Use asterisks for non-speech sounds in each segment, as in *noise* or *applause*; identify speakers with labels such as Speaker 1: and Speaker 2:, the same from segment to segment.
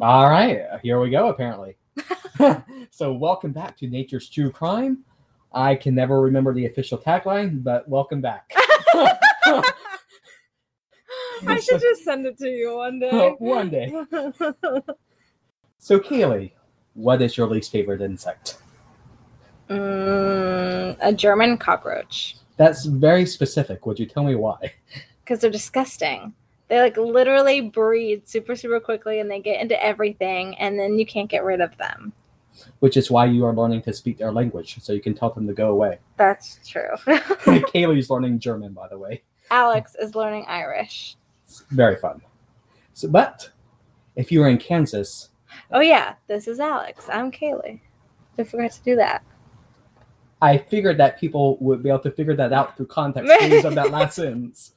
Speaker 1: All right, here we go, apparently. *laughs* so, welcome back to Nature's True Crime. I can never remember the official tagline, but welcome back.
Speaker 2: I should just send it to you one day.
Speaker 1: Oh, One
Speaker 2: *laughs*
Speaker 1: day. So, Kaylee, what is your least favorite insect?
Speaker 2: Mm, a German cockroach
Speaker 1: That's very specific. Would you tell me why?
Speaker 2: because they're disgusting. They like literally breed super super quickly and they get into everything and then you can't get rid of them.
Speaker 1: Which is why you are learning to speak their language, so you can tell them to go away.
Speaker 2: That's true. *laughs*
Speaker 1: Kaylee's learning German, by the way.
Speaker 2: Alex is learning Irish.
Speaker 1: It's very fun. So, but if you are in Kansas,
Speaker 2: Oh yeah, this is Alex. I'm Kaylee. I forgot to do that.
Speaker 1: I figured that people would be able to figure that out through context clues of that
Speaker 2: *laughs*
Speaker 1: last sentence.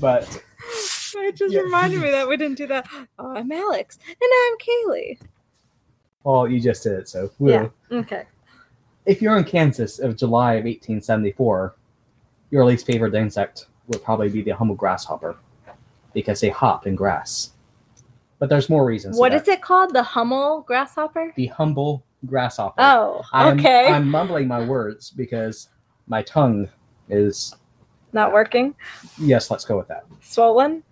Speaker 1: But
Speaker 2: *laughs* It just
Speaker 1: Yeah.
Speaker 2: reminded me that we didn't do that. Oh, I'm Alex and I'm Kaylee.
Speaker 1: well, you just did it, so woo.
Speaker 2: Yeah. Okay.
Speaker 1: If you're in Kansas of July of 1874, your least favorite insect would probably be the humble grasshopper because they hop in grass. But there's more reasons.
Speaker 2: What
Speaker 1: to
Speaker 2: is it called? The Hummel grasshopper?
Speaker 1: The humble grasshopper.
Speaker 2: Oh,
Speaker 1: I'm,
Speaker 2: okay.
Speaker 1: I'm mumbling my words because my tongue is
Speaker 2: Not working.
Speaker 1: yes. Let's go with that.
Speaker 2: Swollen?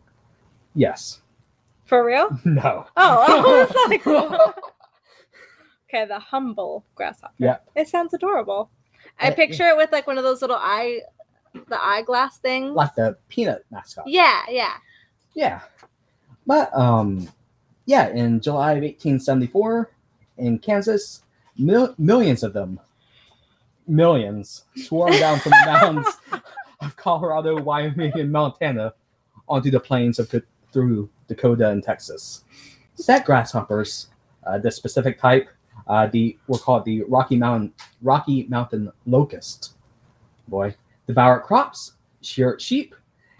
Speaker 1: Yes. *laughs*
Speaker 2: For real? *laughs*
Speaker 1: No.
Speaker 2: Oh, oh it's like
Speaker 1: *laughs*
Speaker 2: Okay, the humble grasshopper.
Speaker 1: Yeah.
Speaker 2: It sounds adorable. I
Speaker 1: Uh,
Speaker 2: picture it with like one of those little eye the eyeglass things.
Speaker 1: like the peanut mascot.
Speaker 2: yeah,
Speaker 1: *laughs*
Speaker 2: yeah.
Speaker 1: Yeah. But um yeah, in July of 1874 in Kansas, mil- millions of them millions swarmed down from the mountains of Colorado, Wyoming, and Montana onto the plains of through Dakota and Texas. Set grasshoppers, uh, the specific type, uh, the were called the Rocky Mountain Rocky Mountain locust. Boy, devour crops, shear sheep,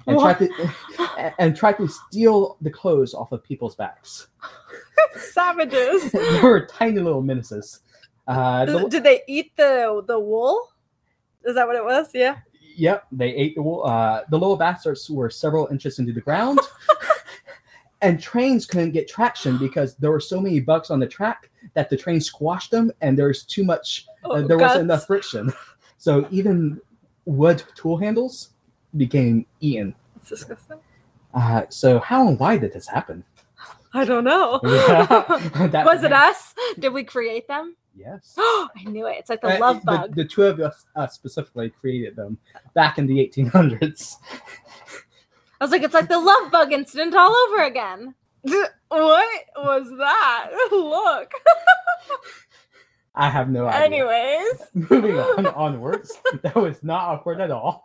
Speaker 1: and try
Speaker 2: What?
Speaker 1: to *laughs* and- and tried to steal the clothes off of people's backs. *laughs*
Speaker 2: Savages.
Speaker 1: they were tiny little menaces. Uh, the-
Speaker 2: Did they eat the the wool? Is that what it was? Yeah.
Speaker 1: yep, they ate the wool. Uh, the little bastards were several inches into the
Speaker 2: *laughs*
Speaker 1: ground, and trains couldn't get traction because there were so many bugs on the track that the train squashed them, and there's too much. uh, there
Speaker 2: Oh, guts.
Speaker 1: wasn't enough friction, *laughs* so even wood tool handles became eaten.
Speaker 2: It's disgusting.
Speaker 1: Uh, so how and why did this happen?
Speaker 2: *laughs*
Speaker 1: *laughs*
Speaker 2: I don't know. *laughs*
Speaker 1: That-
Speaker 2: was it us? Did we create them? *gasps*
Speaker 1: Yes.
Speaker 2: I knew it. It's like the
Speaker 1: Uh,
Speaker 2: love bug.
Speaker 1: The, two of us uh, specifically created them back in the 1800s.
Speaker 2: I was like, it's like the love bug incident all over again. *laughs* what was that? *laughs* Look.
Speaker 1: I have no idea.
Speaker 2: Anyways,
Speaker 1: *laughs* Moving on onwards. That was not awkward at
Speaker 2: *laughs*
Speaker 1: all.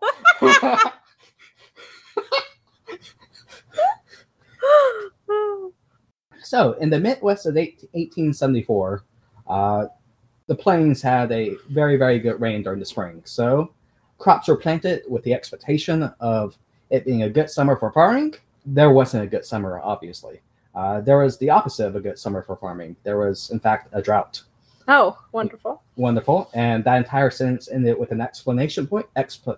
Speaker 1: so, in the Midwest of eight- 1874, uh, the plains had a very, very good rain during the spring. So, crops were planted with the expectation of it being a good summer for farming. There wasn't a good summer, obviously. Uh, there was the opposite of a good summer for farming. There was, in fact, a drought.
Speaker 2: *gasps* oh, wonderful.
Speaker 1: Wonderful. And that entire sentence ended with an explanation point. Expl-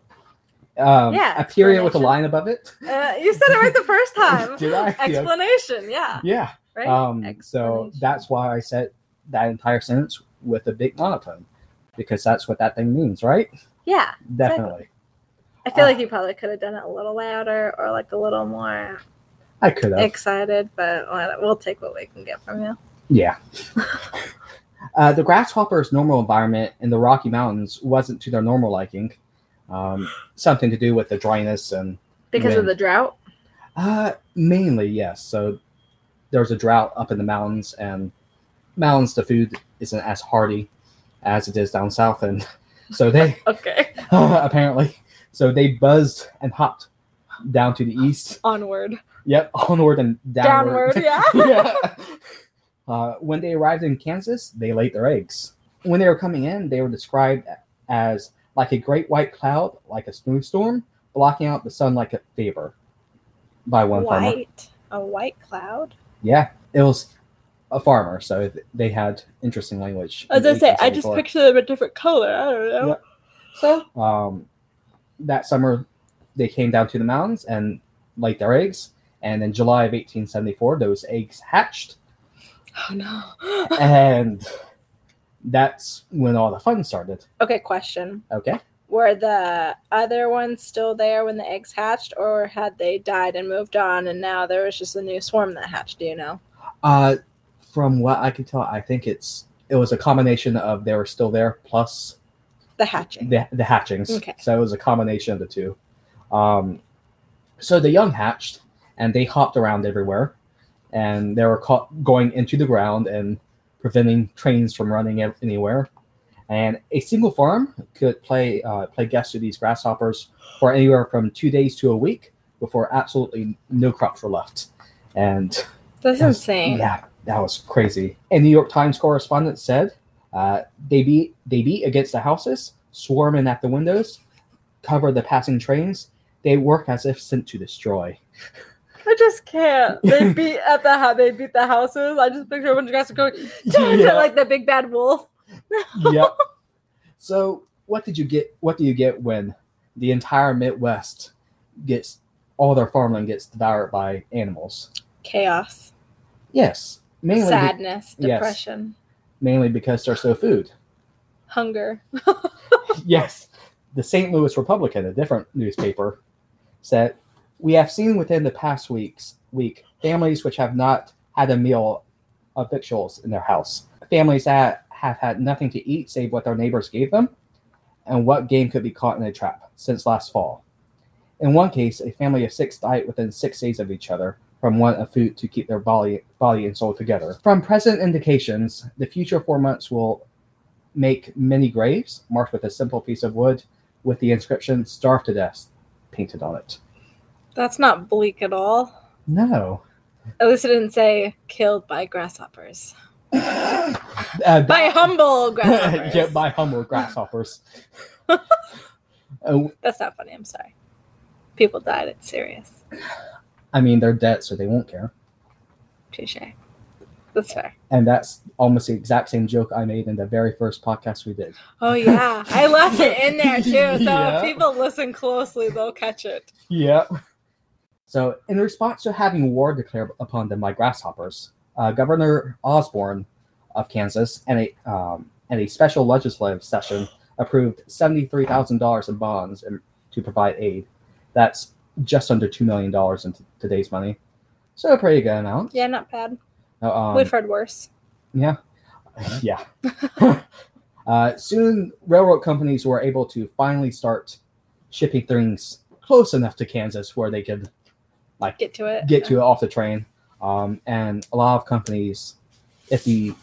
Speaker 1: um,
Speaker 2: Yeah,
Speaker 1: A period with a
Speaker 2: explanation.
Speaker 1: line above it.
Speaker 2: Uh, you said it right
Speaker 1: *laughs*
Speaker 2: the first time.
Speaker 1: Did I? Yeah.
Speaker 2: Explanation, yeah.
Speaker 1: Yeah.
Speaker 2: Uh, Right?
Speaker 1: Um, so that's why I said that entire sentence with a big monotone because that's what that thing means, right?
Speaker 2: yeah.
Speaker 1: Definitely.
Speaker 2: I feel
Speaker 1: Uh,
Speaker 2: like you probably could have done it a little louder or like a little more
Speaker 1: I could have.
Speaker 2: excited, but what- we'll take what we can get from you.
Speaker 1: Yeah. uh, the grasshopper's normal environment in the Rocky Mountains wasn't to their normal liking. Um, something to do with the dryness and
Speaker 2: Because of
Speaker 1: Wind.
Speaker 2: the drought?
Speaker 1: Uh, mainly yes. So there's a drought up in the mountains, and mountains the food isn't as hardy as it is down south, and *laughs* so they
Speaker 2: Okay. *laughs*
Speaker 1: *laughs* apparently so they buzzed and hopped down to the east.
Speaker 2: Onward.
Speaker 1: Yep, *laughs* onward and downward.
Speaker 2: Downward,
Speaker 1: *laughs*
Speaker 2: yeah.
Speaker 1: yeah. Uh, when they arrived in Kansas, they laid their eggs. When they were coming in, they were described as like a great white cloud, like a snowstorm, blocking out the sun like a favor. By one farmer.
Speaker 2: White. A white cloud?
Speaker 1: Yeah, it was a farmer, so th- they had interesting language.
Speaker 2: As I say, I just
Speaker 1: 1874.
Speaker 2: picture them a different color. I don't know.
Speaker 1: Yeah. So, um, that summer, they came down to the mountains and laid their eggs. And in July of 1874, those eggs hatched
Speaker 2: Oh no.
Speaker 1: and that's when all the fun started.
Speaker 2: *gasps* okay, question.
Speaker 1: Okay.
Speaker 2: Were the other ones still there when the eggs hatched, or had they died and moved on, and now there was just a new swarm that hatched? Do you know?
Speaker 1: Uh, from what I can tell, I think it's it was a combination of they were still there plus
Speaker 2: The hatching.
Speaker 1: the, the hatchings.
Speaker 2: Okay.
Speaker 1: So it was a combination of the two. Um, so the young hatched and they hopped around everywhere and they were caught going into the ground and preventing trains from running ev- anywhere. And a single farm could play uh, play guests to these grasshoppers for anywhere from two days to a week before absolutely no crops were left. And
Speaker 2: That's
Speaker 1: Yes.
Speaker 2: insane.
Speaker 1: yeah, that was crazy. A New York Times correspondent said, uh, "They beat they beat against the houses, swarm in at the windows, cover the passing trains. They work as if sent to destroy."
Speaker 2: I just can't.
Speaker 1: *laughs*
Speaker 2: They beat at the house. They beat the houses. I just picture a bunch of guys going
Speaker 1: Yeah.
Speaker 2: like the big bad wolf. *laughs*
Speaker 1: yep. So, what did you get? What do you get when the entire Midwest gets all their farmland gets devoured by animals?
Speaker 2: Chaos,
Speaker 1: Yes, mainly be-
Speaker 2: sadness,
Speaker 1: yes.
Speaker 2: depression,
Speaker 1: mainly because there's no food.
Speaker 2: hunger.
Speaker 1: yes, the St. Louis Republican, a different newspaper, said, "We have seen within the past weeks week families which have not had a meal of victuals in their house, families that have had nothing to eat save what their neighbors gave them, and what game could be caught in a trap since last fall. In one case, a family of six died within six days of each other." From want of food to keep their body, body and soul together. From present indications, the future four months will make many graves marked with a simple piece of wood with the inscription starve to death painted on it.
Speaker 2: That's not bleak at all.
Speaker 1: No. *laughs*
Speaker 2: At least it didn't say killed by grasshoppers.
Speaker 1: Uh,
Speaker 2: By humble grasshoppers.
Speaker 1: *laughs* yeah, by humble grasshoppers. oh,
Speaker 2: That's not funny. I'm sorry. People died. It's serious.
Speaker 1: I mean, they're dead, so they won't care.
Speaker 2: Touche. That's fair.
Speaker 1: And that's almost the exact same joke I made in the very first podcast we did.
Speaker 2: Oh yeah, I left it in there *laughs* too. So
Speaker 1: Yeah.
Speaker 2: if people listen closely, they'll catch it.
Speaker 1: Yep. So, in response to having war declared upon them by grasshoppers, uh, Governor Osborne of Kansas and a um, and a special legislative session approved seventy three thousand dollars in bonds and, to provide aid. That's just under two million dollars in t- today's money, so a pretty good amount.
Speaker 2: Yeah, not bad.
Speaker 1: Uh, um,
Speaker 2: We've heard worse.
Speaker 1: yeah. *laughs* yeah. uh, soon, railroad companies were able to finally start shipping things close enough to Kansas where they could
Speaker 2: Get to it.
Speaker 1: get to it off the train. Um, and a lot of companies, if the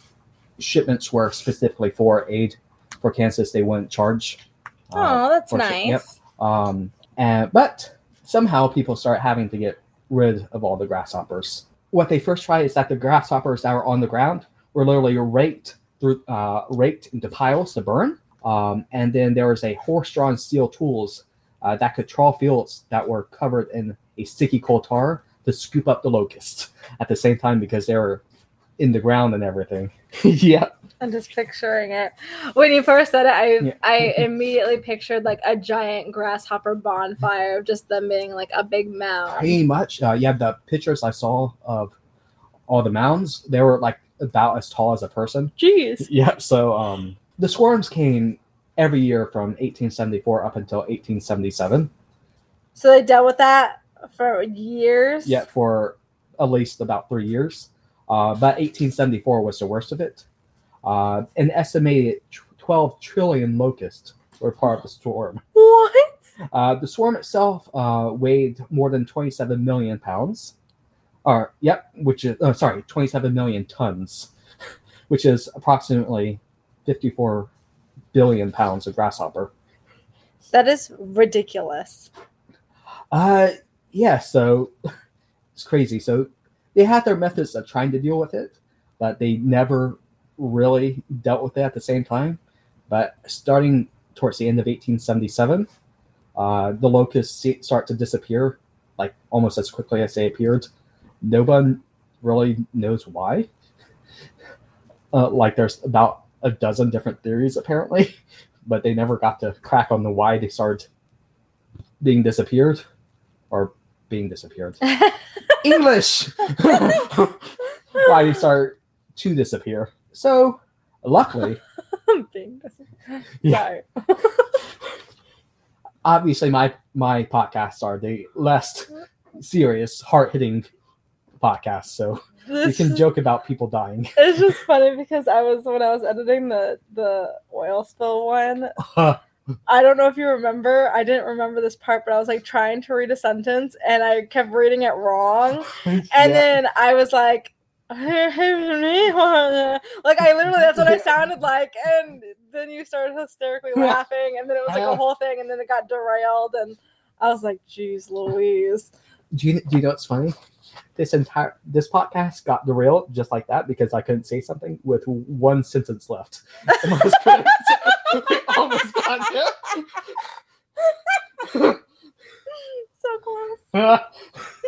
Speaker 1: shipments were specifically for aid for Kansas, they wouldn't charge. Uh,
Speaker 2: Oh, that's
Speaker 1: or
Speaker 2: nice.
Speaker 1: shit, yep. um, and but somehow people start having to get rid of all the grasshoppers. What they first tried is that the grasshoppers that were on the ground were literally raked through, uh, raked into piles to burn. Um, and then there was a horse-drawn steel tools uh, that could trawl fields that were covered in a sticky coal tar to scoop up the locusts *laughs* at the same time because they were in the ground and everything. *laughs* yeah,
Speaker 2: I'm just picturing it. When you first said it, I
Speaker 1: Yeah.
Speaker 2: I immediately pictured like a giant grasshopper bonfire of just them being like a big mound.
Speaker 1: pretty much. Uh, yeah, the pictures I saw of all the mounds, they were like about as tall as a person.
Speaker 2: Jeez.
Speaker 1: Yep. So um, the swarms came every year from 1874 up until 1877.
Speaker 2: So they dealt with that for years.
Speaker 1: Yeah, for at least about three years. Uh, but 1874 was the worst of it. Uh, an estimated tw- 12 trillion locusts were part of the storm.
Speaker 2: What?
Speaker 1: Uh, the swarm itself uh, weighed more than 27 million pounds. Or, yep, which is, oh, sorry, 27 million tons, *laughs* which is approximately 54 billion pounds of grasshopper.
Speaker 2: That is ridiculous.
Speaker 1: Uh, yeah. So *laughs* it's crazy. So they had their methods of trying to deal with it, but they never really dealt with it at the same time. But starting towards the end of 1877, uh, the locusts se- start to disappear, like almost as quickly as they appeared. No one really knows why. *laughs* Uh, like there's about a dozen different theories apparently, *laughs* but they never got to crack on the why they started being disappeared or
Speaker 2: *laughs*
Speaker 1: *laughs*
Speaker 2: *laughs*
Speaker 1: being disappeared. English. Why you start to disappear. So, luckily,
Speaker 2: Bing doesn't-
Speaker 1: Yeah.
Speaker 2: Sorry.
Speaker 1: obviously, my my podcasts are the less serious, heart hitting podcasts. So we
Speaker 2: This *laughs*
Speaker 1: can
Speaker 2: is-
Speaker 1: joke about people dying.
Speaker 2: It's just funny because I was when I was editing the the oil spill one. I don't know if you remember. I didn't remember this part, but I was like trying to read a sentence and I kept reading it wrong. And then I was like, *laughs* like I literally that's what I sounded like. And then you started hysterically
Speaker 1: Yeah.
Speaker 2: laughing, and then it was like
Speaker 1: Yeah.
Speaker 2: a whole thing, and then it got derailed, and I was like, "Geez, Louise."
Speaker 1: do you do you know what's funny? This entire this podcast got derailed just like that because I couldn't say something with one sentence left. *laughs* And I was trying *laughs* to- we almost got
Speaker 2: *laughs*
Speaker 1: there.
Speaker 2: so close.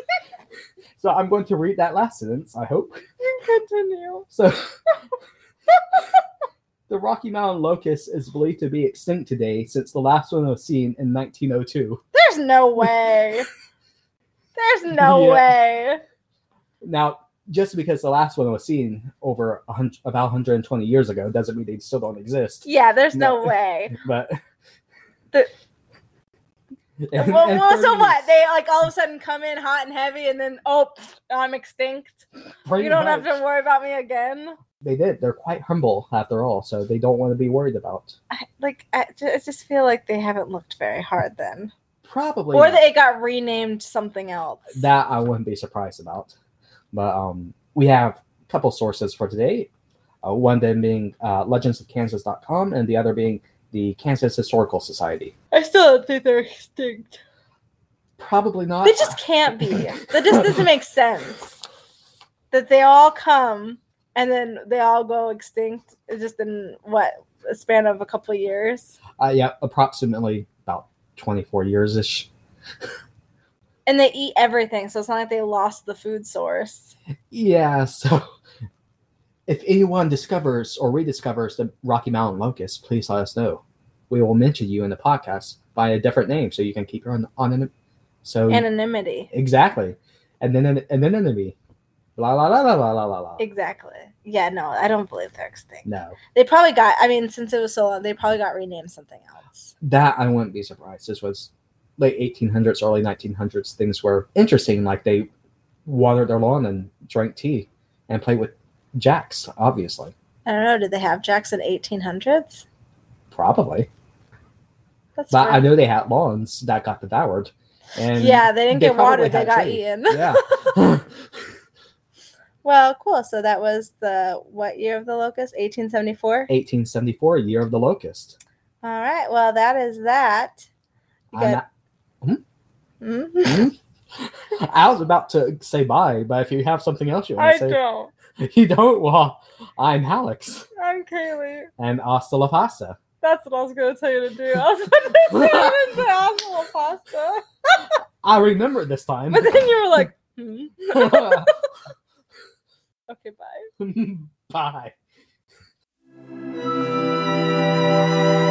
Speaker 1: *laughs* so I'm going to read that last sentence, I hope.
Speaker 2: Continue.
Speaker 1: So the Rocky Mountain locust is believed to be extinct today since the last one was seen in 1902.
Speaker 2: There's no way. There's no
Speaker 1: Yeah.
Speaker 2: way.
Speaker 1: Now, just because the last one was seen over a hundred, about 120 years ago doesn't mean they still don't exist.
Speaker 2: Yeah, there's no,
Speaker 1: No.
Speaker 2: way.
Speaker 1: But
Speaker 2: The-
Speaker 1: *laughs* And-
Speaker 2: well,
Speaker 1: and
Speaker 2: well, so
Speaker 1: 30
Speaker 2: what? They like all of a sudden come in hot and heavy, and then oh, pfft, I'm extinct.
Speaker 1: pretty
Speaker 2: you don't
Speaker 1: much-
Speaker 2: have to worry about me again.
Speaker 1: They did. They're quite humble after all, so they don't want to be worried about.
Speaker 2: I, like I, ju- I just feel like they haven't looked very hard then,
Speaker 1: Probably
Speaker 2: or
Speaker 1: not.
Speaker 2: they got renamed something else.
Speaker 1: that I wouldn't be surprised about. But um, we have a couple sources for today. Uh, one of them being uh, legendsofkansas.com, and the other being the Kansas Historical Society.
Speaker 2: I still don't think they're extinct.
Speaker 1: Probably not.
Speaker 2: They just can't be. That just doesn't make sense. That they all come and then they all go extinct. It's just in what a span of a couple of years.
Speaker 1: Uh, yeah, approximately about 24 years ish.
Speaker 2: And they eat everything, so it's not like they lost the food source.
Speaker 1: Yeah, so *laughs* if anyone discovers or rediscovers the Rocky Mountain locust, please let us know. We will mention you in the podcast by a different name so you can keep your own anonym. So
Speaker 2: Anonymity.
Speaker 1: Exactly. And then an, and then enemy. La la la la la la la la.
Speaker 2: Exactly. Yeah, no, I don't believe they're extinct.
Speaker 1: No.
Speaker 2: They probably got I mean, since it was so long, they probably got renamed something else.
Speaker 1: That I wouldn't be surprised. This was late eighteen hundreds, early nineteen hundreds. Things were interesting, like they watered their lawn and drank tea and played with jacks, obviously.
Speaker 2: I don't know, did they have jacks in eighteen hundreds?
Speaker 1: Probably.
Speaker 2: That's
Speaker 1: But I
Speaker 2: right.
Speaker 1: know they had lawns that got devoured. And
Speaker 2: Yeah, they didn't
Speaker 1: they
Speaker 2: get
Speaker 1: probably
Speaker 2: watered, they
Speaker 1: had
Speaker 2: got
Speaker 1: tree.
Speaker 2: eaten. *laughs*
Speaker 1: Yeah.
Speaker 2: Well, cool. So that was the what year of the locust? 1874.
Speaker 1: 1874, year of the locust.
Speaker 2: All right. Well, that is that. You
Speaker 1: I'm
Speaker 2: got-
Speaker 1: *laughs*
Speaker 2: *laughs* Mhm.
Speaker 1: not- I *laughs* was about to say bye, but if you have something else you want
Speaker 2: I
Speaker 1: to say,
Speaker 2: don't.
Speaker 1: *laughs* you don't. Well, I'm Alex,
Speaker 2: I'm Kaylee.
Speaker 1: and hasta la pasta.
Speaker 2: That's what I was going to tell you to do. I was *laughs* going to say I
Speaker 1: *laughs*
Speaker 2: didn't say awful pasta.
Speaker 1: I remember this
Speaker 2: *laughs*
Speaker 1: time. *laughs*
Speaker 2: But then you were like, hmm. Okay, bye.
Speaker 1: Bye.